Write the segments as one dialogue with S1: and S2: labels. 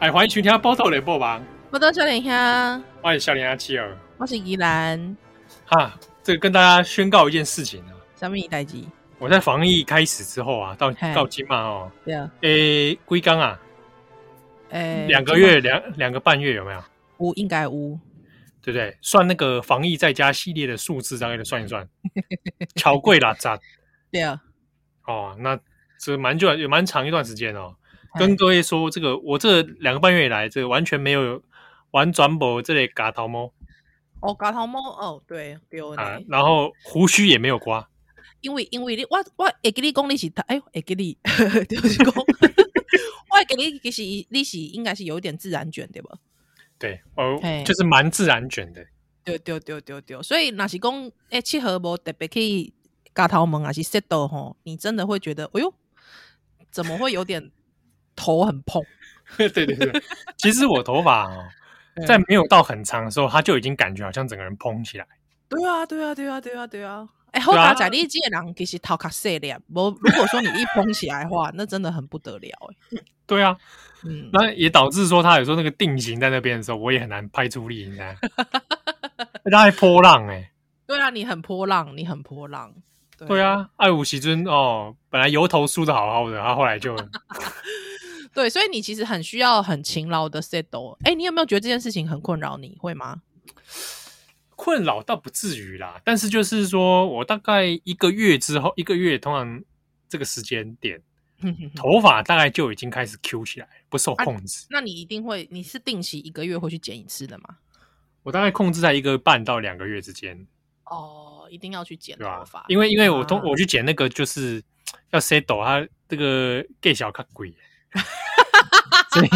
S1: 哎，欢迎收听《报道联播网》，
S2: 我到小脸香，
S1: 我是小林阿七儿。
S2: 我是宜兰，
S1: 哈，这个跟大家宣告一件事情啊，
S2: 什么一代机？
S1: 我在防疫开始之后啊，到
S2: 嘿
S1: 到今嘛哦，
S2: 对啊，
S1: 诶，龟缸啊，
S2: 诶、
S1: 两个月两两个半月有没有？
S2: 五应该五，
S1: 对不对？算那个防疫在家系列的数字，大概的算一 算，巧贵啦，咋
S2: 对啊，
S1: 哦？那这蛮久，也蛮长一段时间哦。
S2: 嘿
S1: 跟各位说，这个我这两个半月以来，这个完全没有玩转播这类嘎头猫
S2: 哦，搞头毛哦，对对呢、
S1: 啊，然后胡须也没有刮。
S2: 因为因为你我我会给你讲你是台，哎呦，会给你 就是讲，我会给你其实你是应该是有一点自然卷对吧？
S1: 对，哦
S2: 嘿，
S1: 就是蛮自然卷的。
S2: 对对对对对，所以若是讲诶七合无特别去搞头毛还是 set 到吼，你真的会觉得，哎呦，怎么会有点头很碰？
S1: 对对 对，其实我头发哦，
S2: 嗯
S1: 在没有到很长的时候，它就已经感觉好像整个人蓬起来。
S2: 对啊，对啊，对啊，对啊，对啊。哎、后
S1: 对啊
S2: 打仔你这个人其实头壳细粒，无如果说你一蓬起来的话，那真的很不得了哎、
S1: 对啊，
S2: 嗯，
S1: 那也导致说它有时候那个定型在那边的时候，我也很难拍出力，你看， 它还波浪哎、
S2: 对啊，你很波浪，你很波浪。
S1: 对，啊，爱武奇尊哦，本来油头梳的好好的，他后来 就
S2: 对，所以你其实很需要很勤劳的 settle。哎、你有没有觉得这件事情很困扰你？会 吗？
S1: 困扰倒不至于啦，但是就是说我大概一个月之后，一个月通常这个时间
S2: 嗯
S1: 点，头发大概就已经开始 Q 起来，不受
S2: 啊
S1: 控制。
S2: 那你一定会，你是定期一个月会去剪一次的吗？
S1: 我大概控制在一个半到两个月之间，
S2: 哦，一定要去剪
S1: 对吧
S2: 头发，？
S1: 因为因为我通
S2: 啊
S1: 我去剪那个就是要 settle 它这个 gay 小看 鬼，所以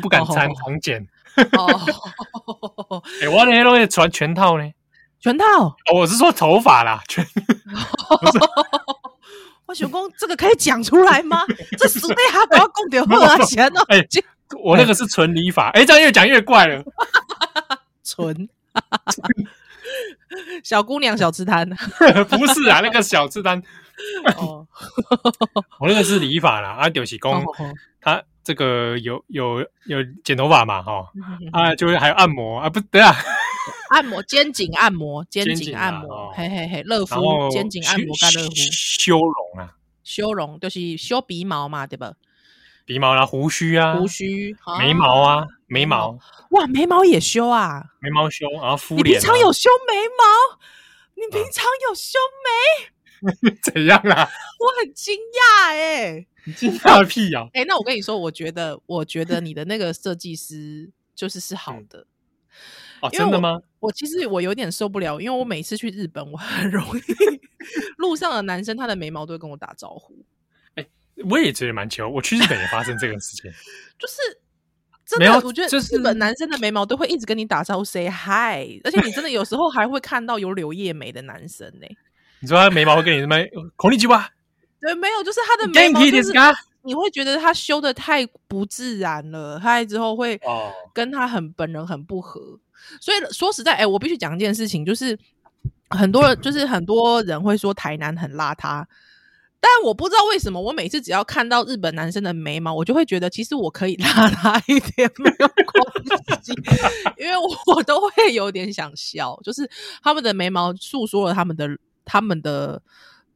S1: 不敢参常剪。
S2: 哦，
S1: 哎、我那些东西全全套呢、
S2: 全套。
S1: 哦我是说头发啦，全
S2: 我想讲这个可以讲出来 吗？这鼠辈还不要供点货啊钱哦，
S1: 哎、我那个是纯理发。哎、这样越讲越怪了。
S2: 纯。 小姑娘小吃 摊
S1: 不是啊，那个小字单，
S2: 哦，
S1: 我那个是理发啦。啊，就是公他这个有有有剪头发嘛，哈啊，就会还有按摩啊，不对啊，
S2: 嗯按摩肩颈按 摩肩
S1: 肩颈
S2: 颈
S1: 啊
S2: 按摩
S1: 哦，
S2: 嘿嘿嘿，热
S1: 然后
S2: 敷肩颈按摩
S1: 修
S2: 干热敷，
S1: 修容啊，
S2: 修容就是修鼻毛嘛，对吧？
S1: 鼻毛啦、胡须啊、
S2: 胡须、啊
S1: 眉毛啊，，眉毛
S2: 毛哇，眉毛也修啊！
S1: 眉毛修，然后敷
S2: 你平
S1: 脸、啊。啊
S2: 常有修眉毛？你平常有修眉？
S1: 怎样啦？
S2: 我很惊讶哎。
S1: 你惊讶屁啊 呀、
S2: 哎、那我跟你说，我觉得，我觉得你的那个设计师就是是好
S1: 嗯
S2: 的。
S1: 哦，
S2: 因为
S1: 真的吗？
S2: 我其实我有点受不了，因为我每次去日本，我很容易路上的男生他的眉毛都会跟我打招呼，
S1: 我也觉得蛮糗。我去日本也发生这个事情，
S2: 就是真
S1: 没有
S2: 的，我觉得
S1: 就是
S2: 日本男生的眉毛都会一直跟你打招呼 say hi，而且你真的有时候还会看到有柳叶眉的男生呢、
S1: 你说他眉毛会跟你什么孔令鸡巴？
S2: 对，没有，就是他的眉
S1: 元
S2: 毛
S1: 気
S2: 就
S1: です
S2: 是
S1: か
S2: 你会觉得他修的太不自然了，他之后会
S1: 哦
S2: 跟他很本人很不合。所以说实在，哎、我必须讲一件事情，就是很多人，就是很多人会说台南很邋遢，但我不知道为什么，我每次只要看到日本男生的眉毛，我就会觉得其实我可以 邋遢一点没有关系，因为我都会有点想笑，就是他们的眉毛诉说了他们的他们的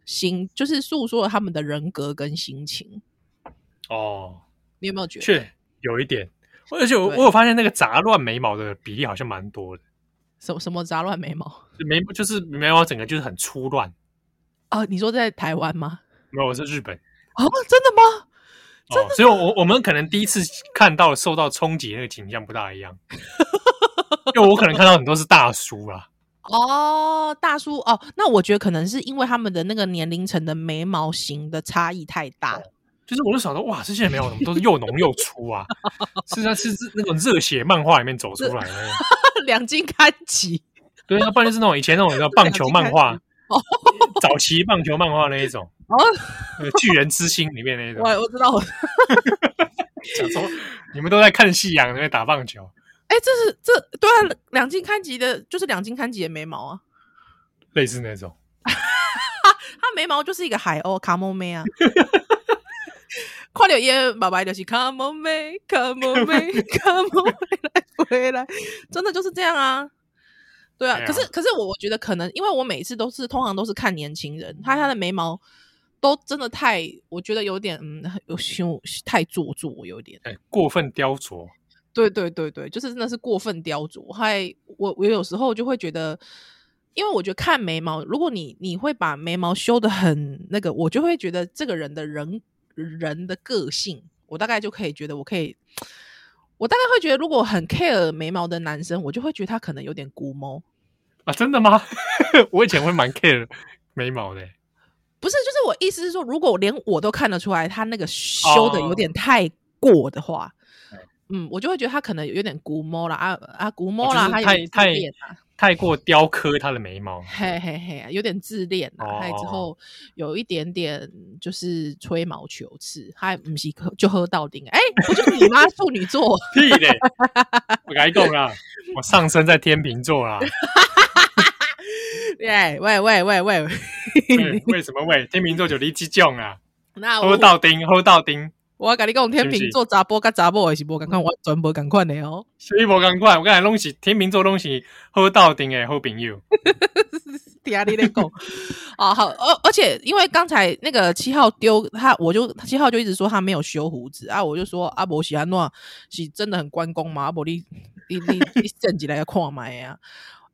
S2: 心，就是诉说了他们的人格跟心情。
S1: 哦，
S2: 你有没有觉得？
S1: 确有一点。而且我
S2: 对
S1: 我有发现那个杂乱眉毛的比例好像蛮多的，
S2: 什么什么杂乱眉毛？
S1: 就眉就是眉毛整个就是很粗乱。
S2: 啊，你说在台湾吗？
S1: 没有，我是日本。
S2: 啊，真的吗？
S1: 哦，所以我，我我们可能第一次看到受到冲击那个景象不大一 样，因为我可能看到很多是大叔啊啦，
S2: 哦，大叔哦，那我觉得可能是因为他们的那个年龄层的眉毛型的差异太大。
S1: 就是我就想到哇，这些人没有怎么都是又浓又粗啊， 是啊，是是那种热血漫画里面走出来的那种，
S2: 两斤看齐
S1: 对，啊要不然就是那种以前那种叫棒球漫 画，早期棒球漫画那一种，
S2: 哦，
S1: 呃巨人之心里面那一
S2: 我
S1: 种，
S2: 我知道，我
S1: 想说你们都在看夕阳，在那边打棒球，
S2: 哎，这是这对啊，两斤看齐的，就是两斤看齐的眉毛啊，
S1: 类似那种，
S2: 他眉毛就是一个海鸥卡莫妹啊。看到耶爸爸就是 come on me come on me come on 回来回来，真的就是这样啊。对啊，
S1: 对啊
S2: 可是可是我我觉得可能因为我每次都是通常都是看年轻人，他他的眉毛都真的太，我觉得有点嗯，有羞太做作，有点。
S1: 哎，过分雕琢，
S2: 对对对对，就是真的是过分雕琢。还我我有时候就会觉得，因为我觉得看眉毛，如果你你会把眉毛修的很那个，我就会觉得这个人的人人的个性，我大概就可以觉得我可以，我大概会觉得，如果很 care 眉毛的男生，我就会觉得他可能有点孤猫。
S1: 啊，真的吗？ 我以前会蛮 care 眉毛的、
S2: 不是，就是我意思是说，如果连我都看得出来他那个修的有
S1: 哦
S2: 点太过的话，
S1: 对
S2: 嗯，我就会觉得他可能有点古猫啦，啊啊古猫
S1: 哦
S2: 啦，
S1: 就是太
S2: 他有点自
S1: 太
S2: 恋啊
S1: 太过雕刻他的眉毛。
S2: 嘿嘿嘿，有点自恋啊，
S1: 哦
S2: 还、之后有一点点就是吹毛求疵，还不是喝就喝到顶，哎、不就你吗？处女 座，
S1: 屁 嘞！我跟你讲啦，我上升在天秤座啊 啦。
S2: 喂喂喂喂喂，
S1: 对为什么喂？天秤座就离激将啊，
S2: 那我
S1: 喝到丁，喝到丁，
S2: 我要跟你讲，天
S1: 是不
S2: 秤
S1: 是
S2: 座查波跟查某也是无赶快，完全无赶快的哦。
S1: 水无赶快。我跟你拢是天秤座拢是喝到丁的好朋友。
S2: 听你咧讲， 啊好，而而且因为刚才那个七号丢他，我就七号就一直说他没有修胡子啊，我就说阿伯喜欢诺是真的很关公吗？阿伯你你你你整起来要看麦啊！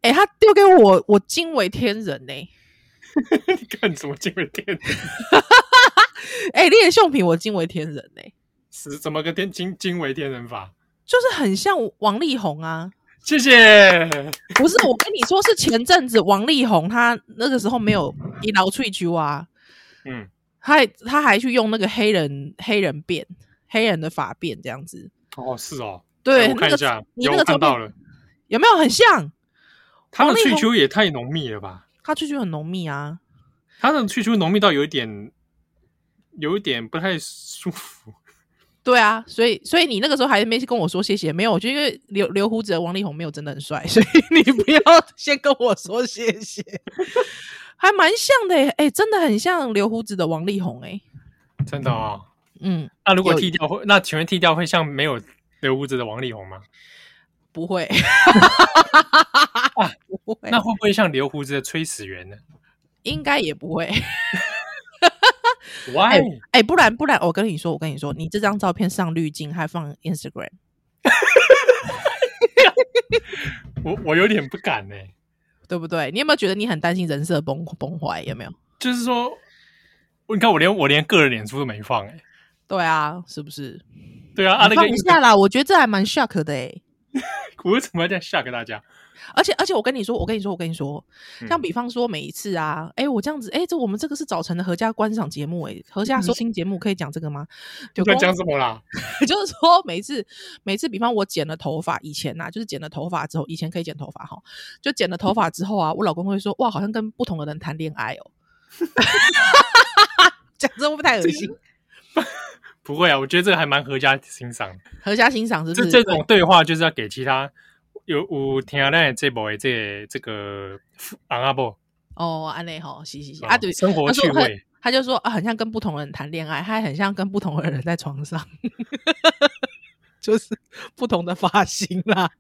S2: 哎、他丢给我，我惊为天人呢、
S1: 你看什么惊为天人？
S2: 哎、欸，练秀品我惊为天人呢、
S1: 是怎么个天惊惊为天人法？
S2: 就是很像王力宏啊。
S1: 谢谢。
S2: 不是，我跟你说，是前阵子王力宏他那个时候没有一劳退休啊，
S1: 嗯，
S2: 他还他还去用那个黑人黑人辫、黑人的发辫这样子。
S1: 哦，是哦。
S2: 对，
S1: 哎我看一下
S2: 那个，你
S1: 有
S2: 那
S1: 我
S2: 个照
S1: 看到
S2: 片
S1: 了。
S2: 有没有很像？
S1: 他的
S2: 王力
S1: 去
S2: 宏
S1: 球也太浓密了吧？
S2: 他去就很浓密啊，
S1: 他的去球浓密到有一点，有一点不太舒服。
S2: 对啊，所以所以你那个时候还没跟我说谢谢，没有，我就因为留留胡子的王力宏没有真的很帅， 所以你不要先跟我说谢 谢，还蛮像的耶，哎、真的很像留胡子的王力宏，哎，
S1: 真的哦。
S2: 嗯，
S1: 那如果
S2: 有
S1: 剃掉会，那请问剃掉会像没有留胡子的王力宏吗？
S2: 不会， 不会，
S1: 那会不会像留胡子的崔始源呢
S2: 应该也不会。
S1: ？Why？、
S2: 哎、不然不然，我跟你说，我跟你说，你这张照片上滤镜还放 Instagram，
S1: 我我有点不敢呢、
S2: 对不对？你有没有觉得你很担心人设崩崩坏？有没有？
S1: 就是说，我你看我连我连个人脸书都没放哎、
S2: 对啊，是不是？
S1: 对啊，啊
S2: 你
S1: 那
S2: 放
S1: 个
S2: 一下啦，我觉得这还蛮 shock 的哎、
S1: 我为什么要这样吓给大家？
S2: 而且而且，我跟你说，我跟你说，我跟你说，
S1: 嗯
S2: 像比方说每一次啊，哎、我这样子，哎、这我们这个是早晨的合家观赏节目、哎，合家收听节目可以讲这个吗？就
S1: 在嗯讲什么啦？
S2: 就是说每一次每次，比方我剪了头发，以前呐、啊就是剪了头发之后，以前可以剪头发哈，就剪了头发之后啊，我老公会说，哇，好像跟不同的人谈恋爱哦。 讲这会不会太恶 心？
S1: 不会啊，我觉得这个还蛮合家欣赏的。
S2: 合家欣赏是不
S1: 这
S2: 是？
S1: 这种对话就是要给其他有有听咱这部的这这个昂阿伯
S2: 哦，安内哈，嘻嘻嘻啊，对，
S1: 生活
S2: 他说
S1: 趣
S2: 很
S1: 味，
S2: 他就说啊，很像跟不同的人谈恋爱，还很像跟不同的人在床上， 就是不同的发型啦。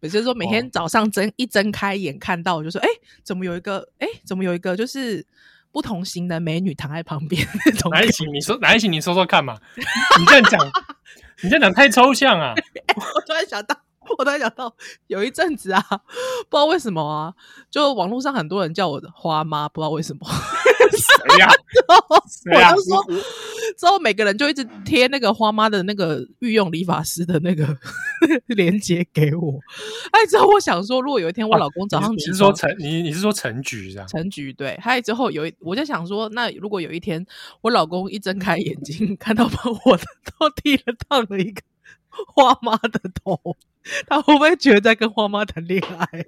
S2: 也就是说，每天
S1: 哦
S2: 早上睁一睁开眼看到，我就说，哎、怎么有一个，哎、怎么有一个就是不同型的美女躺在旁边那种
S1: 哪一期你说哪一期你说说看嘛？你这样讲，你这样讲太抽象啊！
S2: 我突然想到，我突然想到，有一阵子啊，不知道为什么啊，就网络上很多人叫我花妈，不知道为什么。
S1: 谁呀、 谁呀、
S2: 我就说，之后每个人就一直贴那个花妈的那个御用理发师的那个 链接给我。哎，之后我想说，如果有一天我老公早上
S1: 哦你
S2: 起
S1: 是
S2: 床、
S1: 说陈你你是说陈局这样？
S2: 陈局对，还有之后有一，我就想说，那如果有一天我老公一睁开眼睛，看到把我的都剃了烫了一个花妈的头，他会不会觉得在跟花妈谈恋爱？
S1: 哎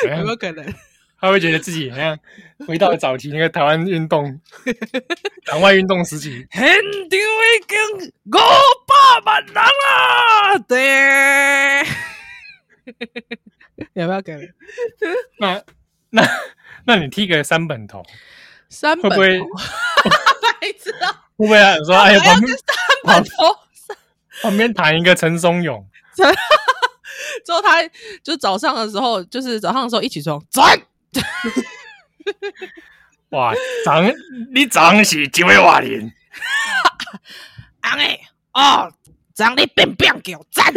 S1: 怎样
S2: 有没有可能？
S1: 哎他会觉得自己好像回到了早期那个台湾运动、党外运动时期。
S2: 现场已经五百万人啊啦！对， 有没有可能？
S1: 那那那你剃个三本头，
S2: 三本头，
S1: 会不
S2: 白痴啊！
S1: 会不会啊？说哎呀，
S2: 还要
S1: 旁
S2: 跟
S1: 边
S2: 三本头
S1: 旁边躺一个陈松勇，
S2: 之后他就早上的时候，就是早上的时候一起床，转
S1: 哇，长 你长是几位瓦林？
S2: 昂哎哦，长得变变给我站。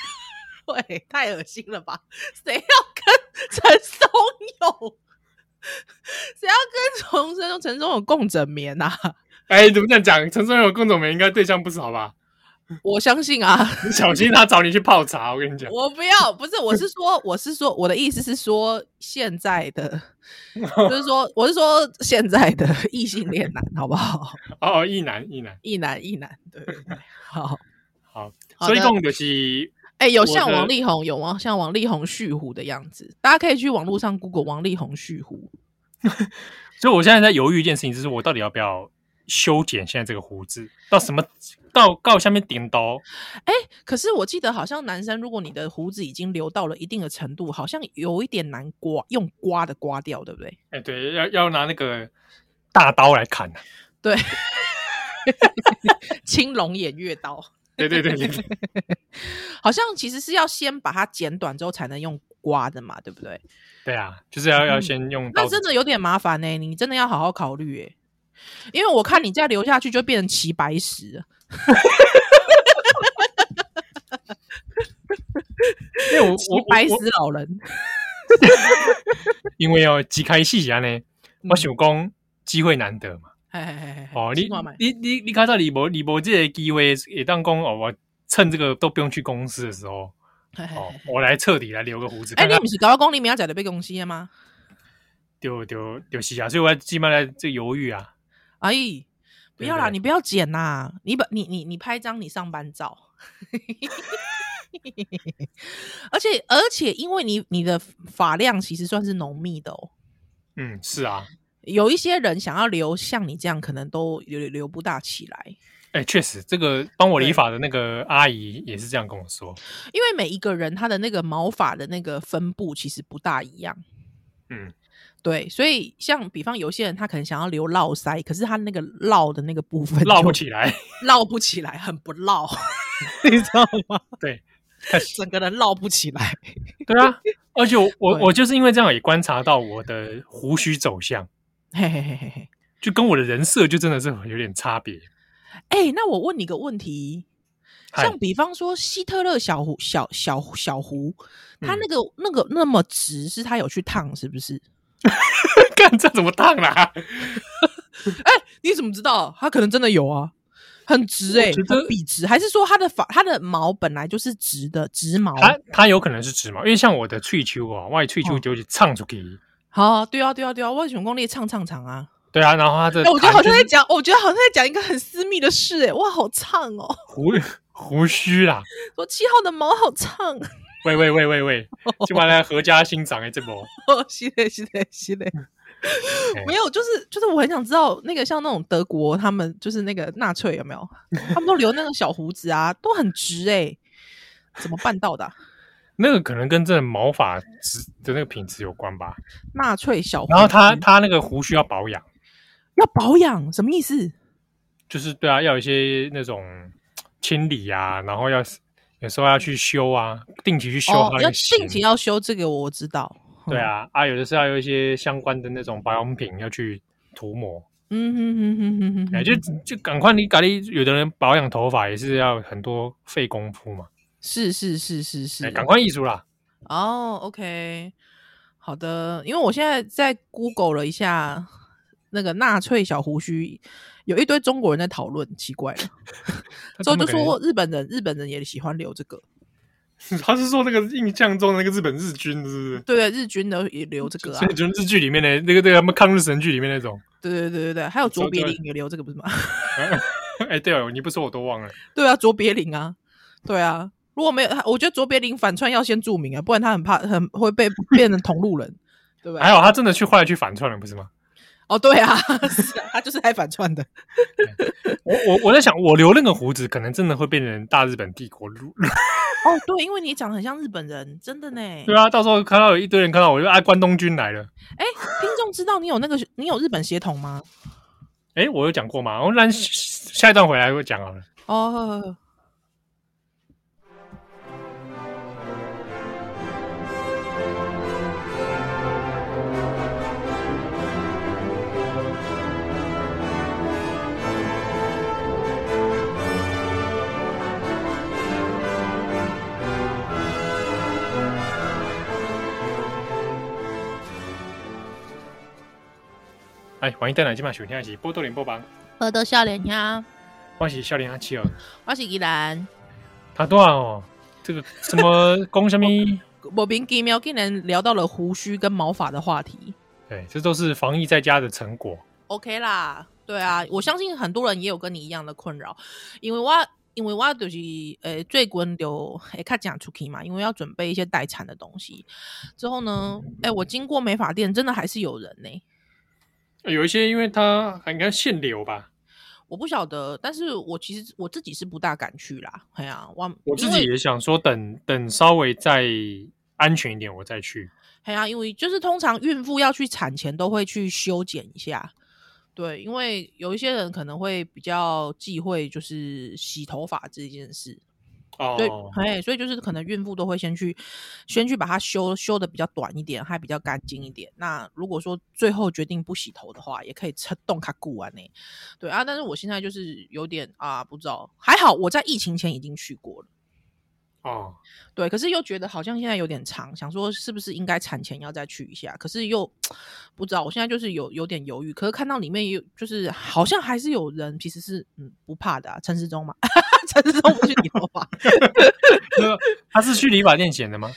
S2: 喂，太恶心了吧？谁要跟陈松勇？谁要跟重生用陈松勇共枕眠呐、啊？
S1: 哎，怎么这样讲？陈松勇跟总美应该对象不少吧？
S2: 我相信啊，
S1: 你小心他找你去泡茶，我跟你讲。
S2: 我不要，不是，我是说，我是说，我的意思是说，现在 的，就是说，我是说现在的 异性恋男，好不好？
S1: 哦，哦，一男一男，
S2: 一男一男，对对对，好。
S1: 好，
S2: 好
S1: 所以
S2: 的
S1: 共就是
S2: 哎、有
S1: 我
S2: 像
S1: 的
S2: 王力宏，有王像王力宏蓄胡的样子，大家可以去网络上 Google 王力宏蓄胡。
S1: 所以我现在在犹豫一件事情，就是我到底要不要修剪现在这个胡子，到什么到到下面顶刀？
S2: 哎、可是我记得好像男生，如果你的胡子已经留到了一定的程度，好像有一点难刮，用刮的刮掉，对不 对？
S1: 哎，对，要要拿那个大刀来 砍。
S2: 对，青龙偃月刀，
S1: 对对对对对，
S2: 好像其实是要先把它剪短之后才能用刮的嘛，对不对？
S1: 对啊，就是要要
S2: 嗯
S1: 先用刀
S2: 那
S1: 子。
S2: 真的有点麻烦呢、你真的要好好考虑哎、因为我看你再留下去就变成齐白石了。
S1: 因为我
S2: 齐
S1: 我
S2: 白
S1: 我
S2: 石
S1: 我
S2: 老人，
S1: 因为哦，几开戏啊呢， 我
S2: 嗯
S1: 想讲机会难得嘛。
S2: 嘿嘿嘿嘿
S1: 哦，
S2: 嘿
S1: 你
S2: 看看
S1: 你你你看到李博李博这个机会，也当讲哦，我趁这个都不用去公司的时候，
S2: 嘿嘿
S1: 哦
S2: 嘿，
S1: 我来彻底来留个胡子。
S2: 哎、
S1: 看
S2: 你
S1: 看
S2: 不是搞到公里明仔就被公司的吗？
S1: 丢丢丢西啊，所以我基本上在这犹豫啊。
S2: 哎，不
S1: 对
S2: 要啦，
S1: 对
S2: 你不要剪啦，你把你你你拍张你上班照。 而且而且，因为你你的发量其实算是浓密的哦，
S1: 嗯，是啊，
S2: 有一些人想要留像你这样，可能都留留不大起来，
S1: 哎、确实，这个帮我理
S2: 对
S1: 发的那个阿姨也是这样跟我 说。
S2: 因为每一个人他的那个毛发的那个分布其实不大一样。
S1: 嗯，
S2: 对，所以像比方有些人他可能想要留络腮，可是他那个络的那个部分
S1: 绕不
S2: 就
S1: 起来，
S2: 绕不起来，很不绕， 你知道吗？
S1: 对，
S2: 整个人绕不起来。
S1: 对啊。而且 我我
S2: 对
S1: 我就是因为这样也观察到我的胡须走向，
S2: 嘿嘿嘿嘿嘿。
S1: 就跟我的人设就真的是有点差别。
S2: 哎、那我问你个问题，
S1: 嗨
S2: 像比方说希特勒小胡小小小胡，他
S1: 嗯
S2: 那个、那个那么直，是他有去烫是不是？
S1: 干这怎么烫啊啦、
S2: 你怎么知道？他可能真的有啊，很直
S1: 我
S2: 哎、
S1: 觉
S2: 很
S1: 得
S2: 笔直，还是说他的发他的毛本来就是直的直毛？
S1: 它它有可能是直毛，因为像我的翠秋啊，我的翠秋
S2: 哦哦
S1: 就是唱出去，
S2: 好、啊，对啊对啊对啊，外雄攻略唱唱唱啊！
S1: 对啊，然后它的
S2: 哎、我觉
S1: 弹
S2: 得好像
S1: 就
S2: 在
S1: 是
S2: 讲，我觉得好像在讲一个很私密的事哎、哇，好唱哦！
S1: 胡胡须啦，
S2: 说七号的毛好唱，
S1: 喂喂喂喂喂，今晚来合家欣赏哎这波，
S2: 哦，是嘞是嘞 是
S1: 哎
S2: 嘞，没有，就是就是我很想知道那个像那种德国他们就是那个纳粹有没有，他们都留那个小胡子啊，都很直哎、怎么办到的啊、
S1: 那个可能跟这个毛发质的那个品质有关吧。
S2: 纳粹小胡子，
S1: 然后它它那个胡须要保养，
S2: 要保养什么意思？
S1: 就是对啊，要有一些那种清理啊，然后要有时候要去修啊，定期去修
S2: 哦
S1: 它，
S2: 要
S1: 的型。
S2: 定期要修这个，我知道。
S1: 对啊，啊，有的是要有一些相关的那种保养品要去涂抹，
S2: 嗯，嗯哼哼哼哼哼哼
S1: 哎、就就赶快你咖喱，有的人保养头发也是要很多费功夫嘛，
S2: 是是是是是，
S1: 哎，赶快艺术啦，
S2: 哦，OK，好的，因为我现在在 Google 了一下那个纳粹小胡须，有一堆中国人在讨论，奇怪了。之后就说日本人，日本人也喜欢留这个，
S1: 他是说那个印象中的那个日本日军是不是？
S2: 对对，日军的也留这个啊
S1: 所，以就日剧里面的那个那个他们抗日神剧里面那种，
S2: 对对对对对，还有
S1: 说
S2: 卓别
S1: 对
S2: 林也留这个不是吗？
S1: 哎，对哦，你不说我都忘了，
S2: 对啊，卓别林啊，对啊，如果没有，我觉得卓别林反串要先注明啊，不然他很怕，很会被变成同路人，对不对
S1: 还？好他真的去后来去反串了，不是吗？
S2: 哦，对啊， 是啊，他就是来反串的。
S1: 我我我在想，我留那个胡子，可能真的会变成大日本帝国入
S2: 哦，对，因为你长得很像日本人，真的呢。
S1: 对啊，到时候看到有一堆人看到我就啊，关东军来了。
S2: 哎，听众知道你有那个你有日本血统吗？
S1: 哎、我有讲过吗？我让下一段回来会讲好了。
S2: 哦，
S1: 哎，欢迎邓来今晚收听的是波多连播榜，
S2: 喝得笑脸呀，
S1: 我是笑脸阿七儿。
S2: 我是宜兰，
S1: 他多少哦？这个什 么公什么？
S2: 我凭奇妙竟然聊到了胡须跟毛发的话题。
S1: 对，这都是防疫在家的成果。
S2: OK 啦，对啊，我相信很多人也有跟你一样的困扰，因为我因为我就是呃最近就诶看讲出去嘛，因为要准备一些待产的东西。之后呢，诶，我经过美发店，真的还是有人呢、
S1: 呃有一些因为它应该限流吧，
S2: 我不晓得，但是我其实我自己是不大敢去啦。哎呀、我
S1: 我自
S2: 因
S1: 己
S2: 为
S1: 也想说等等稍微再安全一点我再去。
S2: 哎呀、因为就是通常孕妇要去产前都会去修剪一下，对，因为有一些人可能会比较忌讳就是洗头发这件事，所以
S1: 哦，
S2: 哎、所以就是可能孕妇都会先去先去把它修修的比较短一点，还比较干净一点。那如果说最后决定不洗头的话，也可以撑动卡固完呢。对啊，但是我现在就是有点啊，不知道，还好我在疫情前已经去过了。
S1: 哦，
S2: 对，可是又觉得好像现在有点长，想说是不是应该产前要再去一下？可是又不知道，我现在就是有有点犹豫。可是看到里面也有，就是好像还是有人其实是嗯不怕的、啊，陈时中嘛， 陈时中不去理头发，
S1: 那个他是去理发店剪的吗？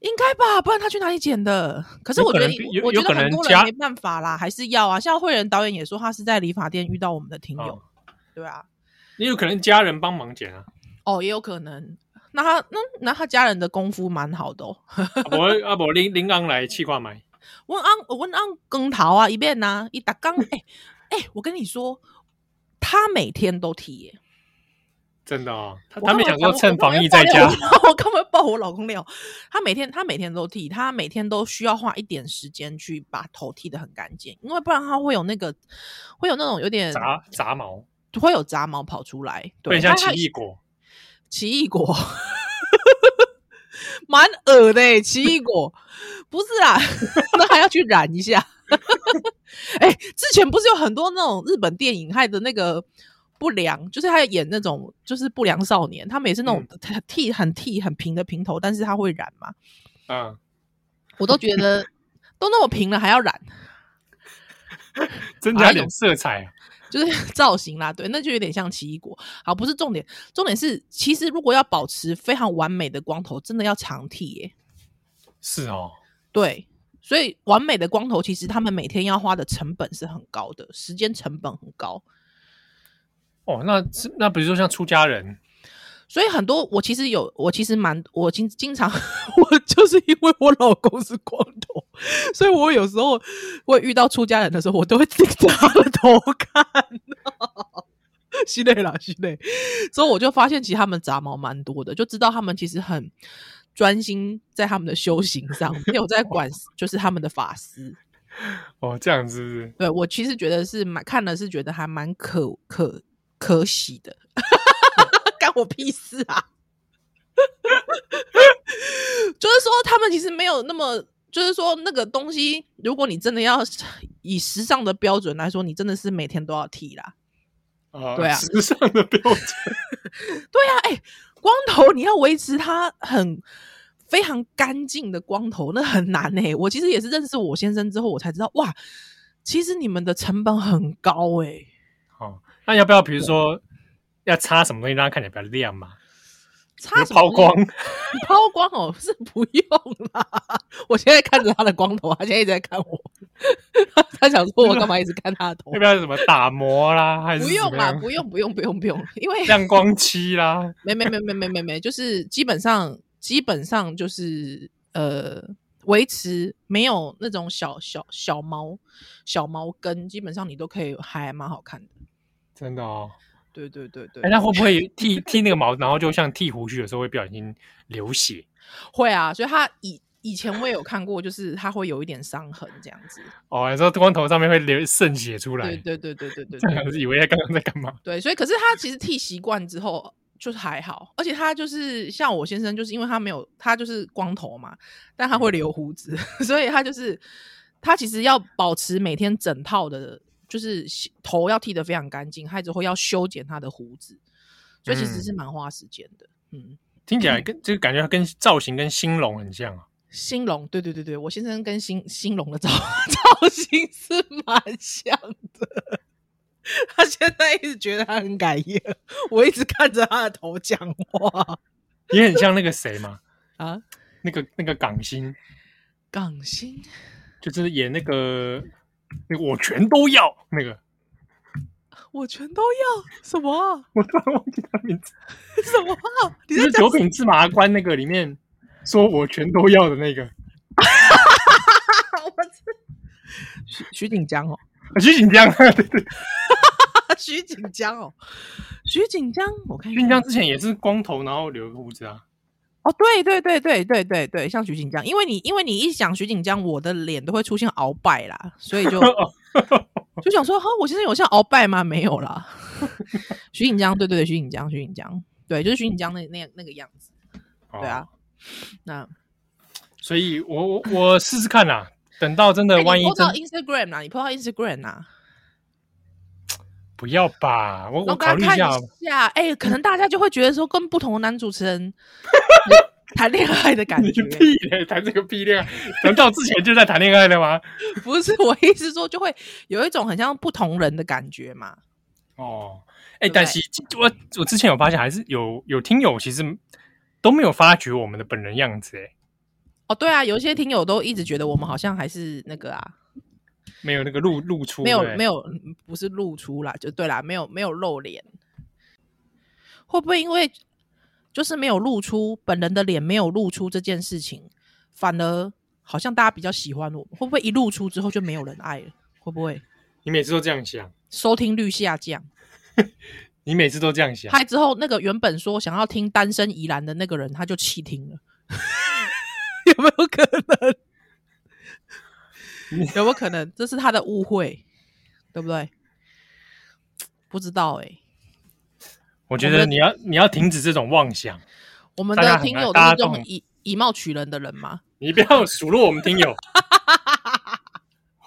S2: 应该吧，不然他去哪里剪的？可是
S1: 有
S2: 我觉
S1: 可
S2: 得
S1: 能
S2: 我，
S1: 有
S2: 我
S1: 有
S2: 觉
S1: 可
S2: 得很
S1: 能
S2: 多
S1: 家
S2: 人没办法啦，还是要啊。像慧仁导演也说，他是在理发店遇到我们的听友，
S1: 哦
S2: 对啊，
S1: 也有可能家人帮忙剪啊。
S2: 哦，也有可能。那他那那他家人的功夫蛮好的哦。
S1: 啊不然，啊不，林林昂来气化买。
S2: 温昂温昂更桃啊，一遍呐、啊，一打刚哎哎，我跟你说，他每天都剃耶、
S1: 真的哦，他
S2: 我
S1: 他们
S2: 干
S1: 想
S2: 嘛
S1: 说
S2: 讲
S1: 趁防疫在家，
S2: 我根本爆我老公料。他每天他每天都剃，他每天都需要花一点时间去把头剃得很干净，因为不然他会有那个会有那种有点
S1: 杂杂毛，
S2: 会有杂毛跑出来，
S1: 有点
S2: 对，
S1: 像
S2: 但他
S1: 奇异果。
S2: 奇异果， 蛮恶的、欸、奇异果， 不是啦， 那还要去染一下。 哎、之前不是有很多那种日本电影害的那个不良，就是他演那种就是不良少年，他们也是那种剃很剃很平的平头，但是他会染嘛，
S1: 嗯，
S2: 我都觉得 都那么平了还要染，
S1: 增加
S2: 哎
S1: 点
S2: 呦
S1: 色彩啊。
S2: 就是造型啦，对，那就有点像奇异果。好，不是重点，重点是其实如果要保持非常完美的光头，真的要常剃欸耶、
S1: 是哦，
S2: 对，所以完美的光头其实他们每天要花的成本是很高的，时间成本很高。
S1: 哦，那那比如说像出家人，
S2: 所以很多我其实有，我其实蛮我经经常 我就是因为我老公是光头，所以我有时候会遇到出家人的时候，我都会盯着他的头看、 系累啦，系累。之后我就发现，其实他们杂毛蛮多的，就知道他们其实很专心在他们的修行上，没有在管就是他们的法师。
S1: 哦，这样子是不是
S2: 对我其实觉得是蛮看了是觉得还蛮可可可喜的，干我屁事啊！ 就是说他们其实没有那么，就是说那个东西，如果你真的要以时尚的标准来说，你真的是每天都要剃啦。
S1: 啊，
S2: 对啊
S1: 时尚的标准。
S2: 对啊，哎、光头你要维持它很非常干净的光头，那很难哎、我其实也是认识我先生之后，我才知道哇，其实你们的成本很高哎、
S1: 哦，那要不要比如说要擦什么东西让它看起来比较亮嘛？比
S2: 差
S1: 如
S2: 什么
S1: 抛光，
S2: 抛光哦，是不用啦。我现在看着他的光头，他现在一直在看我， 他想说我干嘛一直看他的 头
S1: 要？不要什么打磨啦，还是
S2: 不
S1: 怎
S2: 用
S1: 么
S2: 啦，
S1: 样
S2: 不用，不用，不用，不用，因为
S1: 亮光漆啦？
S2: 没没没没没没没，就是基本上基本上就是呃，维持没有那种小小小毛小毛根，基本上你都可以还蛮好看的。
S1: 真的哦，
S2: 对对对对
S1: 哎，，那会不会剃剃那个毛，然后就像剃胡须的时候会不小心流血？
S2: 会啊，所以他以以前我也有看过，就是他会有一点伤痕这样 子。
S1: 哦，你说光头上面会流渗血出来
S2: 对，对对对对对
S1: 这
S2: 对
S1: 样子以为他刚刚在干嘛？
S2: 对，所以可是他其实剃习惯之后就是还好，而且他就是像我先生，就是因为他没有他就是光头嘛，但他会留胡子， 所以他就是他其实要保持每天整套的，就是洗头要剃得非常干净，还之后要修剪他的胡子，所以其实是蛮花时间的。嗯，
S1: 听起来跟这个感觉它跟造型跟兴隆很像啊。
S2: 兴隆，对对对对，我先生跟兴兴隆的造 造型是蛮像的。 他现在一直觉得他很感业， 我一直看着他的头讲话
S1: 也很像那个谁嘛，
S2: 啊。
S1: 那个那个港星，
S2: 港星
S1: 就是演那个那个我全都要那个，
S2: 我全都要什么啊
S1: 我突然忘记他名字，
S2: 什么啊？你
S1: 就
S2: 在
S1: 是
S2: 讲
S1: 九品芝麻官那个里面说我全都要的那个啊
S2: 徐徐锦江哦，
S1: 啊徐锦江， 对对，
S2: 徐锦江哦，徐锦江，我看一
S1: 徐
S2: 下
S1: 锦江之前也是光头，然后留个胡子啊，
S2: 哦，对对对对对对对，像徐锦江，因为你因为你一想徐锦江，我的脸都会出现鳌拜啦，所以就就想说，哈，我现在有像鳌拜吗？没 有啦。徐锦江，对对对，徐锦江，徐锦江，对，就是徐锦江那那那个样子，
S1: 哦
S2: 对啊。那
S1: 所以我我我试试看啦，等到真的
S2: 哎
S1: 万一
S2: 你 po
S1: 真
S2: 到 Instagram 啦，你 po 到 Instagram 啦，
S1: 不要吧，我
S2: 然
S1: 我
S2: 后大
S1: 考虑
S2: 家
S1: 一
S2: 看
S1: 下啊，
S2: 一下，哎、可能大家就会觉得说，跟不同的男主 持人谈恋爱的感
S1: 你
S2: 觉
S1: 个，屁嘞，谈这个屁恋爱，难道之前就在谈恋爱了吗？
S2: 不是我意思说，就会有一种很像不同人的感觉嘛。
S1: 哦，
S2: 对
S1: 哎、
S2: 不
S1: 但
S2: 对
S1: 是我我之前有发现，还是有有听友其实都没有发觉我们的本人样子，哎，
S2: 哦，对啊，有一些听友都一直觉得我们好像还是那个啊，
S1: 没有那个露露出，
S2: 没有
S1: 对
S2: 没有，嗯不是露出啦，就对啦，没有没有露脸，会不会因为就是没有露出本人的脸，没有露出这件事情，反而好像大家比较喜欢我们？会不会一露出之后就没有人爱了？会不会
S1: 你每次都这样想，
S2: 收听率下降？
S1: 你每次都这样想，
S2: 嗨之后，那个原本说想要听单身宜兰的那个人，他就弃听了， 有没有可能？ 有没有可能？这是他的误会，对不对？不知道哎、
S1: 我觉
S2: 我
S1: 得
S2: 们
S1: 你要你要停止这种妄想，
S2: 我们
S1: 大家
S2: 的
S1: 很
S2: 听
S1: 爱
S2: 友都
S1: 大
S2: 是
S1: 家
S2: 这
S1: 都
S2: 种
S1: 很
S2: 以以貌取人的人吗？
S1: 你不要数落我们听友。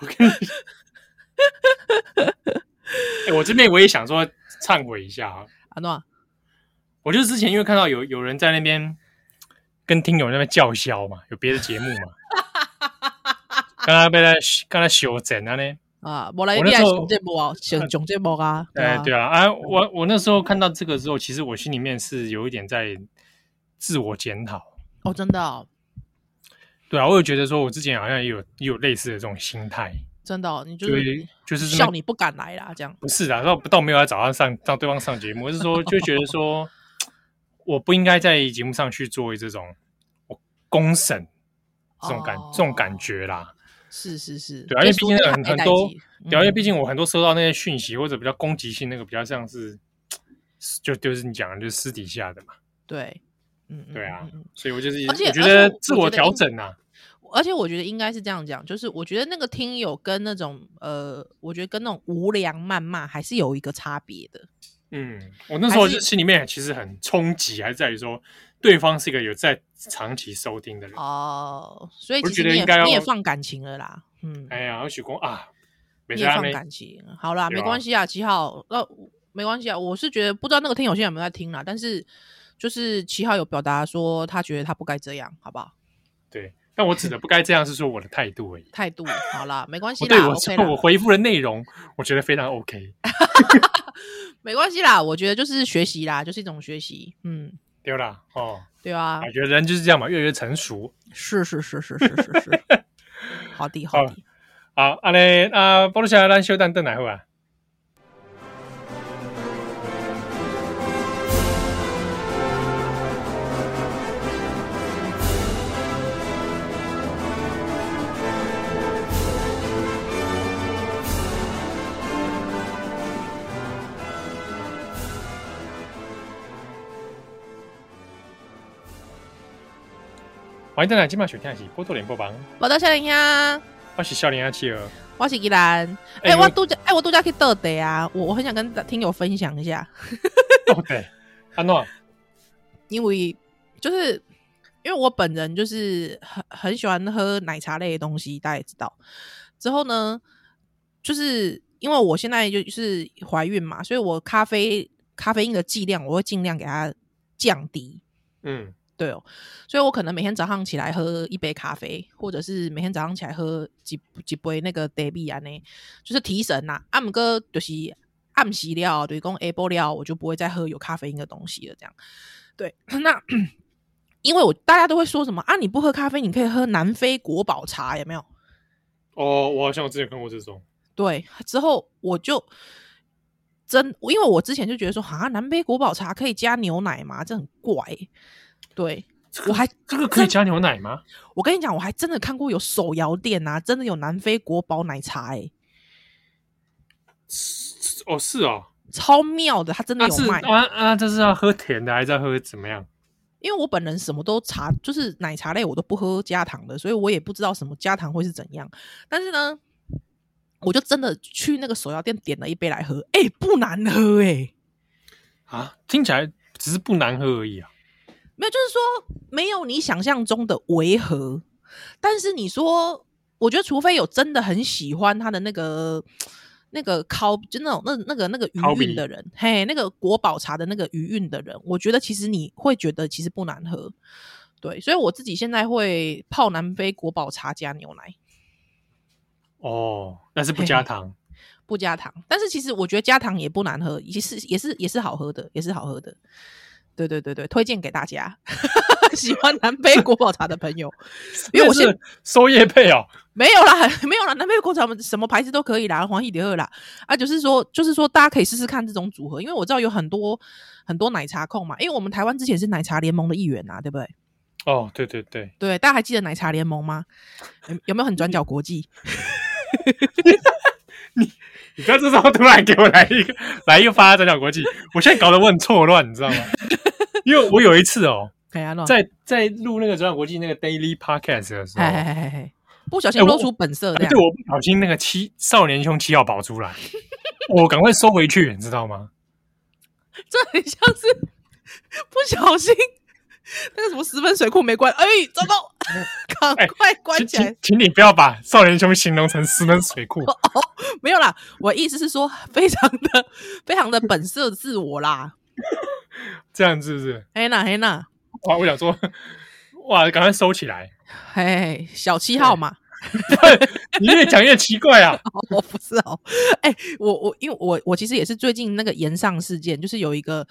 S1: 我跟你，哎、我这边我也想说忏悔一下啊，
S2: 阿诺，
S1: 我就是之前因为看到有有人在那边跟听友那边叫嚣嘛，有别的节目嘛，刚刚被他刚才修整了呢。
S2: 啊，我来
S1: 我
S2: 你
S1: 那
S2: 来
S1: 时候
S2: 熊这波啊，熊熊这波啊，
S1: 哎，对
S2: 啊，
S1: 啊，啊，我我那时候看到这个之后，其实我心里面是有一点在自我检讨。
S2: 哦，真的哦，
S1: 对啊，我有觉得说，我之前好像也有也有类似的这种心态，
S2: 真的、哦，你就
S1: 就是
S2: 是
S1: 就是这么
S2: 笑你不敢来啦，这样，
S1: 不是啊，倒倒没有要找他上让对方上节目，而是说就觉得说，我不应该在节目上去做这种我公审这种
S2: 哦
S1: 感、这种感觉啦。
S2: 是是是，
S1: 对啊因为毕竟
S2: 这
S1: 很
S2: 还
S1: 很
S2: 代
S1: 多
S2: 际，
S1: 对啊，因为毕
S2: 嗯
S1: 竟我很多收到那些讯息或者比较攻击性那个比较像是，就就是你讲的就是私底下的嘛，
S2: 对，嗯，嗯
S1: 对啊
S2: 嗯嗯
S1: 所以我就是
S2: 而且
S1: 我觉
S2: 而
S1: 得
S2: 且我
S1: 自
S2: 我
S1: 我
S2: 觉得应
S1: 调整啊，
S2: 而且我觉得应该是这样讲，就是我觉得那个听友跟那种呃，我觉得跟那种无良谩骂还是有一个差别的。
S1: 嗯，我那时候
S2: 还是
S1: 就心里面其实很冲击，还是在于说对方是一个有在长期收听的人，
S2: 哦，所以
S1: 我
S2: 其
S1: 觉
S2: 实
S1: 得
S2: 你
S1: 应该
S2: 也
S1: 要
S2: 你也放感情了啦，嗯，
S1: 哎呀，我许光啊，没
S2: 你
S1: 事
S2: 也
S1: 啊，
S2: 放
S1: 没
S2: 感情，好啦，
S1: 对
S2: 没
S1: 啊
S2: 关系啊，七号，那、没关系啊，我是觉得不知道那个听友现在有没有在听啦，但是就是七号有表达说他觉得他不该这样，好不好？
S1: 对，但我指的不该这样是说我的态度而已。
S2: 态度好啦，没关系
S1: 我
S2: 啦
S1: 哦对我说
S2: ，OK 啦，
S1: 我回复的内容，我觉得非常 OK。
S2: 没关系啦，我觉得就是学习啦，就是一种学习，嗯，
S1: 对啦，哦，
S2: 对啊，
S1: 我觉得人就是这样嘛，越来越成熟。
S2: 是是是是是是是， 好的好
S1: 好
S2: 的，
S1: 好，阿嘞啊，波多小咱休蛋蛋来后啊。欢迎回来今晚收听的是《波多连播榜》，
S2: 我到夏林呀，
S1: 我是笑脸阿七儿。
S2: 我是宜兰。哎、我度假，哎、我度假去倒地啊！我我很想跟大听友分享一下，
S1: 我对安诺，
S2: 因为就是因为我本人就是很很喜欢喝奶茶类的东西，大家也知道。之后呢，就是因为我现在就是怀孕嘛，所以我咖啡咖啡因的剂量我会尽量给它降低。
S1: 嗯，
S2: 对哦，所以我可能每天早上起来喝一杯咖啡，或者是每天早上起来喝几几杯那个 d a b y 啊，呢就是提神呐、啊。阿姆哥就是暗时料，对，供 A 波料，我就不会再喝有咖啡因的东西了。这样，对， 那因为我大家都会说什么啊，你不喝咖啡，你可以喝南非国宝茶，有没有？
S1: 哦，我好像我之前看过这种，
S2: 对，之后我就真，因为我之前就觉得说，啊，南非国宝茶可以加牛奶吗？这很怪欸、对
S1: 这
S2: 我
S1: 个
S2: 还
S1: 这个可以加牛奶吗？
S2: 我跟你讲，我还真的看过有手摇店啊，真的有南非国宝奶茶、欸，
S1: 哦，是哦，
S2: 超妙的，它真的
S1: 那
S2: 有
S1: 是
S2: 卖。
S1: 啊啊，这是要喝甜的还是要喝怎么样？
S2: 因为我本人什么都茶，就是奶茶类我都不喝加糖的，所以我也不知道什么加糖会是怎样。但是呢，我就真的去那个手摇店点了一杯来喝，哎、不难喝哎、
S1: 啊，听起来只是不难喝而已啊。
S2: 没有，就是说没有你想象中的违和。但是你说，我觉得除非有真的很喜欢他的那个那个烤，就那种那那个那个
S1: 烤
S2: 余
S1: 饼
S2: 韵的人，嘿，那个国宝茶的那个余韵的人，我觉得其实你会觉得其实不难喝。对，所以我自己现在会泡南非国宝茶加牛奶，
S1: 哦，但是不
S2: 哎
S1: 加糖，
S2: 不加糖。但是其实我觉得加糖也不难喝，也是也是也是好喝的，也是好喝的。对对对对，推荐给大家 喜欢南非国宝茶的朋友。因为我
S1: 那是收叶配哦。
S2: 没有啦， 没有啦，南非国产什么牌子都可以啦，黄一点二啦，啊，就是说，就是说，大家可以试试看这种组合，因为我知道有很多很多奶茶控嘛，因为我们台湾之前是奶茶联盟的一员啊，对不对？
S1: 哦，对对对，
S2: 对，大家还记得奶茶联盟吗？有有没有很转角国际？
S1: 嗯你不要这时候突然给我来一个来一个发展角国际，我现在搞得我很错乱，你知道吗？因为我有一次哦，
S2: 哎呀，那
S1: 在在录那个转角国际那个 daily podcast 的时候，
S2: 哎哎哎哎，不小心
S1: 哎我
S2: 露出本色这
S1: 哎
S2: 样
S1: 对，。我不小心那个七少年兄七号跑出来，我赶快收回去，你知道吗？
S2: 这很像是 不小心那个什么十分水库没关，哎，糟糕，
S1: 嗯 哎
S2: 赶快关
S1: 请
S2: 起来哦
S1: 请。请你不要把少年兄形容成石门水库，
S2: 没有啦，我意思是说，非常的、非常的本色自我啦。
S1: 这样是不是？
S2: 嘿啦嘿啦，
S1: 哇，我想说，哇，赶快收起来，
S2: 嘿，小七号嘛，
S1: 你越讲越奇怪啊！
S2: 我不是哦。哎、我我因为我我其实也是最近那个延上事件，就是有一个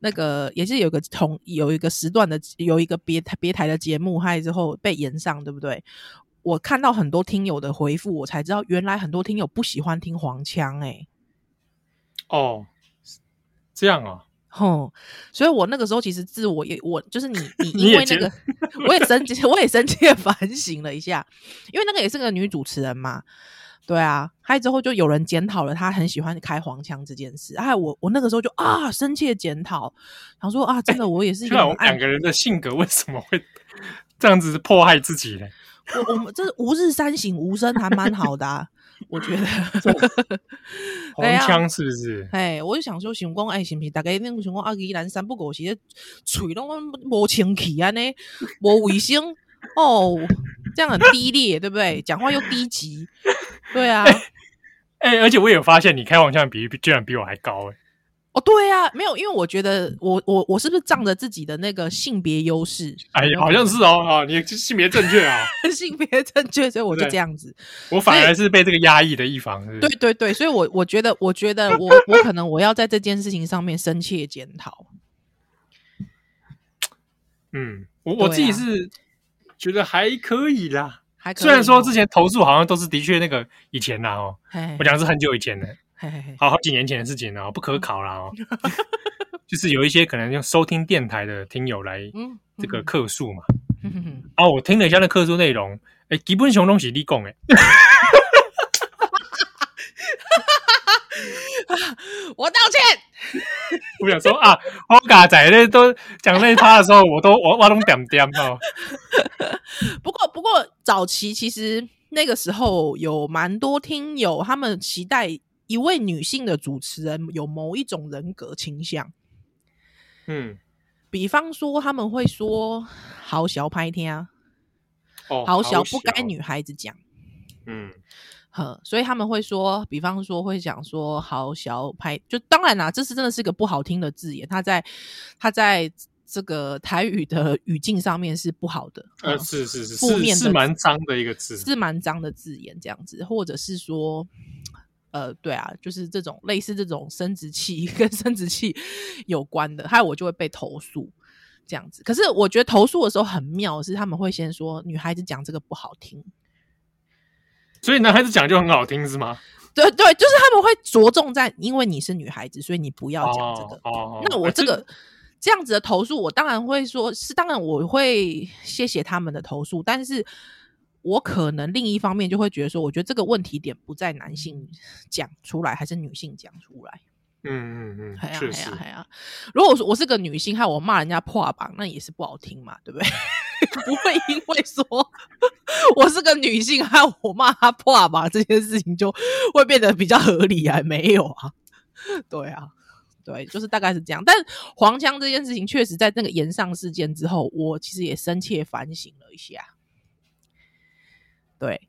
S2: 那个也是有个同有一个时段的有一个别台别台的节目，嗨之后被延上，对不对？我看到很多听友的回复，我才知道原来很多听友不喜欢听黄腔、哎。
S1: 哦，这样啊，
S2: 吼、所以我那个时候其实自我也我就 是你你
S1: 你
S2: 因
S1: 也
S2: 为那
S1: 觉
S2: 个我也生气， 我也生气地反省了一下，因为那个也是个女主持人嘛，对啊，还之后就有人检讨了她很喜欢开黄腔这件事，哎，我我那个时候就啊生气的检讨，想说啊真的我也是一
S1: 居
S2: 个
S1: 然哎
S2: 很
S1: 我们
S2: 爱
S1: 两个人的性格为什么会这样子迫害自己呢？
S2: 我我们这吾日三省吾身还蛮好的、啊，我 觉得
S1: 红
S2: 对啊
S1: 枪是不是？
S2: 哎，我就想说，想讲哎，是不是大概那种想讲啊，宜兰三不五时咧，嘴拢无清气安尼，无卫生哦，这样很低劣，对不对？讲话又低级，对啊，
S1: 哎、而且我有发现，你开黄腔的比喻居然比我还高哎、
S2: 哦，对啊，没有，因为我觉得我我我是不是仗着自己的那个性别优势、
S1: 哎呀，好像是哦，啊，你性别正确啊，
S2: 性别正确，所以我就
S1: 对
S2: 这样子。
S1: 我反而是被这个压抑的一方，是不是
S2: 对对对，所以我我觉得，我觉得我我可能我要在这件事情上面深切检讨。
S1: 嗯，我我
S2: 对啊
S1: 自己是觉得还可以啦。
S2: 还可以哦
S1: 虽然说之
S2: 己，
S1: 前投诉好像都是的确那个以前啦哦，
S2: 嘿
S1: 我讲的是很久以前的，
S2: 嘿嘿嘿
S1: 好好几年前的事情啦、哦，不可考啦 哦。就是有一些可能用收听电台的听友来
S2: 嗯，
S1: 这个
S2: 嗯
S1: 客诉嘛，
S2: 嗯嗯嗯
S1: 啊，我听了一下那客诉内容，哎，基本上都是你讲的，
S2: 我道歉。
S1: 我想说啊，我嘎仔那都讲那一趴的时候，我都我我都点点 哦。
S2: 不过不过早期其实那个时候有蛮多听友，他们期待一位女性的主持人有某一种人格倾向，
S1: 嗯，
S2: 比方说他们会说“好小拍天啊，
S1: 哦，
S2: 好小不该，女孩子讲”。
S1: 嗯，
S2: 呵，所以他们会说，比方说会讲说“好小拍”，就当然啦，这是真的是个不好听的字眼，它在它在这个台语的语境上面是不好的，
S1: 呃，
S2: 嗯
S1: 是是是，
S2: 负面
S1: 是
S2: 的
S1: 是蛮脏的一个字，
S2: 是蛮脏的字眼这样子，或者是说。呃，对啊，就是这种类似这种生殖器 跟生殖器有关的，还有我就会被投诉这样子。可是我觉得投诉的时候很妙，是他们会先说女孩子讲这个不好听，
S1: 所以男孩子讲就很好听是吗？
S2: 对对，就是他们会着重在，因为你是女孩子，所以你不要讲这个。
S1: 哦哦
S2: 那我这个这样子的投诉，我当然会说是，当然我会谢谢他们的投诉，但是我可能另一方面就会觉得说，我觉得这个问题点不在男性讲出来，还是女性讲出来。
S1: 嗯嗯
S2: 哎
S1: 嗯，
S2: 呀
S1: 确
S2: 哎
S1: 实
S2: 呀，哎呀！如果我是我是个女性，害我骂人家破榜，那也是不好听嘛，对不对？ 不会因为说我是个女性，害我骂她破榜这件事情就会变得比较合理啊？没有啊， 对啊，对，就是大概是这样。但黄腔这件事情，确实在那个延上事件之后，我其实也深切反省了一下。对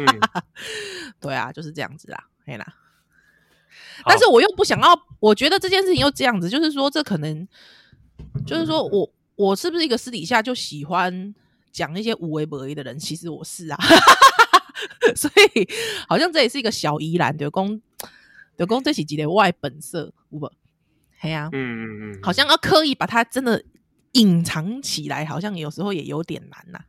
S1: 嗯，
S2: 对啊，就是这样子啦，嘿啦。
S1: 好
S2: 但是我又不想要，我觉得这件事情又这样子，就是说这可能，就是说我我是不是一个私底下就喜欢讲一些无为不为的人？其实我是啊， 所以好像这也是一个小疑难，对公对公这几集的外本色，有无？嘿呀、啊，
S1: 嗯嗯嗯，
S2: 好像要刻意把它真的隐藏起来，好像有时候也有点难呐、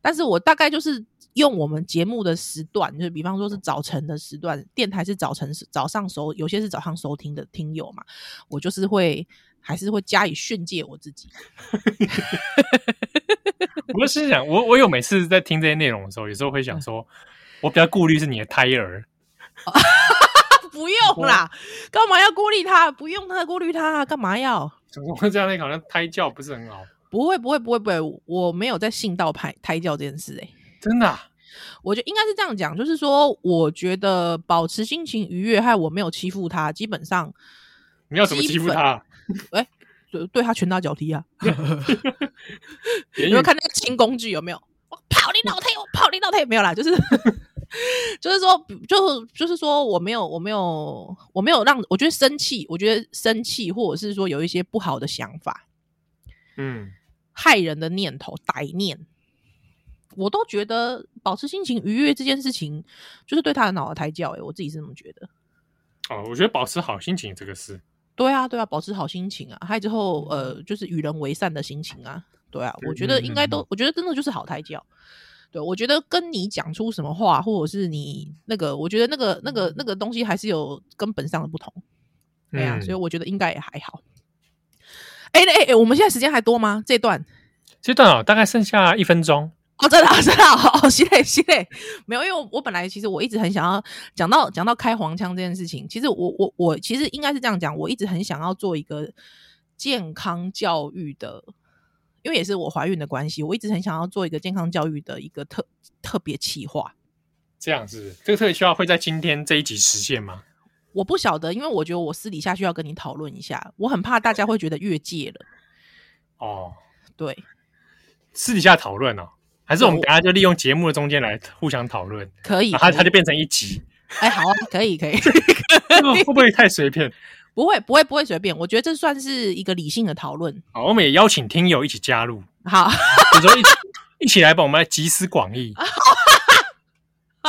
S2: 但是我大概就是用我们节目的时段，就是比方说是早晨的时段，电台是早晨早上收，有些是早上收听的听友嘛，我就是会还是会加以训诫我自己。
S1: 我心想，我我有每次在听这些内容的时候，有时候会
S2: 嗯
S1: 想说，我比较顾虑是你的胎儿，
S2: 不用啦，干嘛要孤立他？不用他孤立他，干嘛要？
S1: 想说这样那个好像胎教不是很好，
S2: 不会，不会，不会，不会，我没有在信道派胎教这件事、欸，
S1: 真的啊
S2: 我觉得应该是这样讲，就是说，我觉得保持心情愉悦，还有我没有欺负他，基本上
S1: 你要怎么欺负他？啊
S2: 对对他拳打脚踢啊。
S1: 言
S2: 你
S1: 语
S2: 有没有看那个轻工具有没有？我跑你脑袋，我跑你脑袋，没有啦，就是 就是说，就就是说，我没有，我没有，我没有让我觉得生气，我觉得生气，或者是说有一些不好的想法、
S1: 嗯，
S2: 害人的念头、歹念。我都觉得保持心情愉悦这件事情，就是对他的脑袋胎教、欸。我自己是这么觉得。
S1: 哦，我觉得保持好心情这个事，
S2: 对啊，对啊，保持好心情啊，还有之后呃，就是与人为善的心情啊，对啊，我觉得应该都，我觉得真的就是好胎教。对，我觉得跟你讲出什么话，或者是你那个，我觉得那个那个那个东西还是有根本上的不同，对啊，
S1: 嗯
S2: 所以我觉得应该也还好。哎哎哎，我们现在时间还多吗？这段
S1: 这段哦，大概剩下一分钟。
S2: 哦，真的、啊、真的、啊、哦，系列系列没有，因为我我本来其实我一直很想要讲到讲到开黄腔这件事情，其实我我我其实应该是这样讲，我一直很想要做一个健康教育的，因为也是我怀孕的关系，我一直很想要做一个健康教育的一个特特别企划。
S1: 这样是不是这个特别需要会在今天这一集实现吗？
S2: 我不晓得，因为我觉得我私底下需要跟你讨论一下，我很怕大家会觉得越界了。
S1: 哦，
S2: 对，
S1: 私底下讨论哦，还是我们
S2: 对我
S1: 等一下就利用节目的中间来互相讨论，
S2: 可以，
S1: 然后它它
S2: 可以
S1: 啊就变成一集，
S2: 哎，好啊，可以，可 以。
S1: 这 个会不会太随便？
S2: 不会，不会，不会随便。我觉得这算是一个理性的讨论。
S1: 好，我们也邀请听友一起加入，
S2: 好，
S1: 比如说一起 一起来帮我们来集思广 益，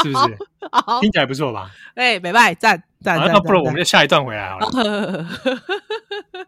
S1: 是不是？
S2: 好，
S1: 听起来不错吧？
S2: 哎、欸，美拜，赞赞
S1: 好，
S2: 赞！
S1: 那不如
S2: 赞
S1: 我们就下一段回来好了。
S2: 赞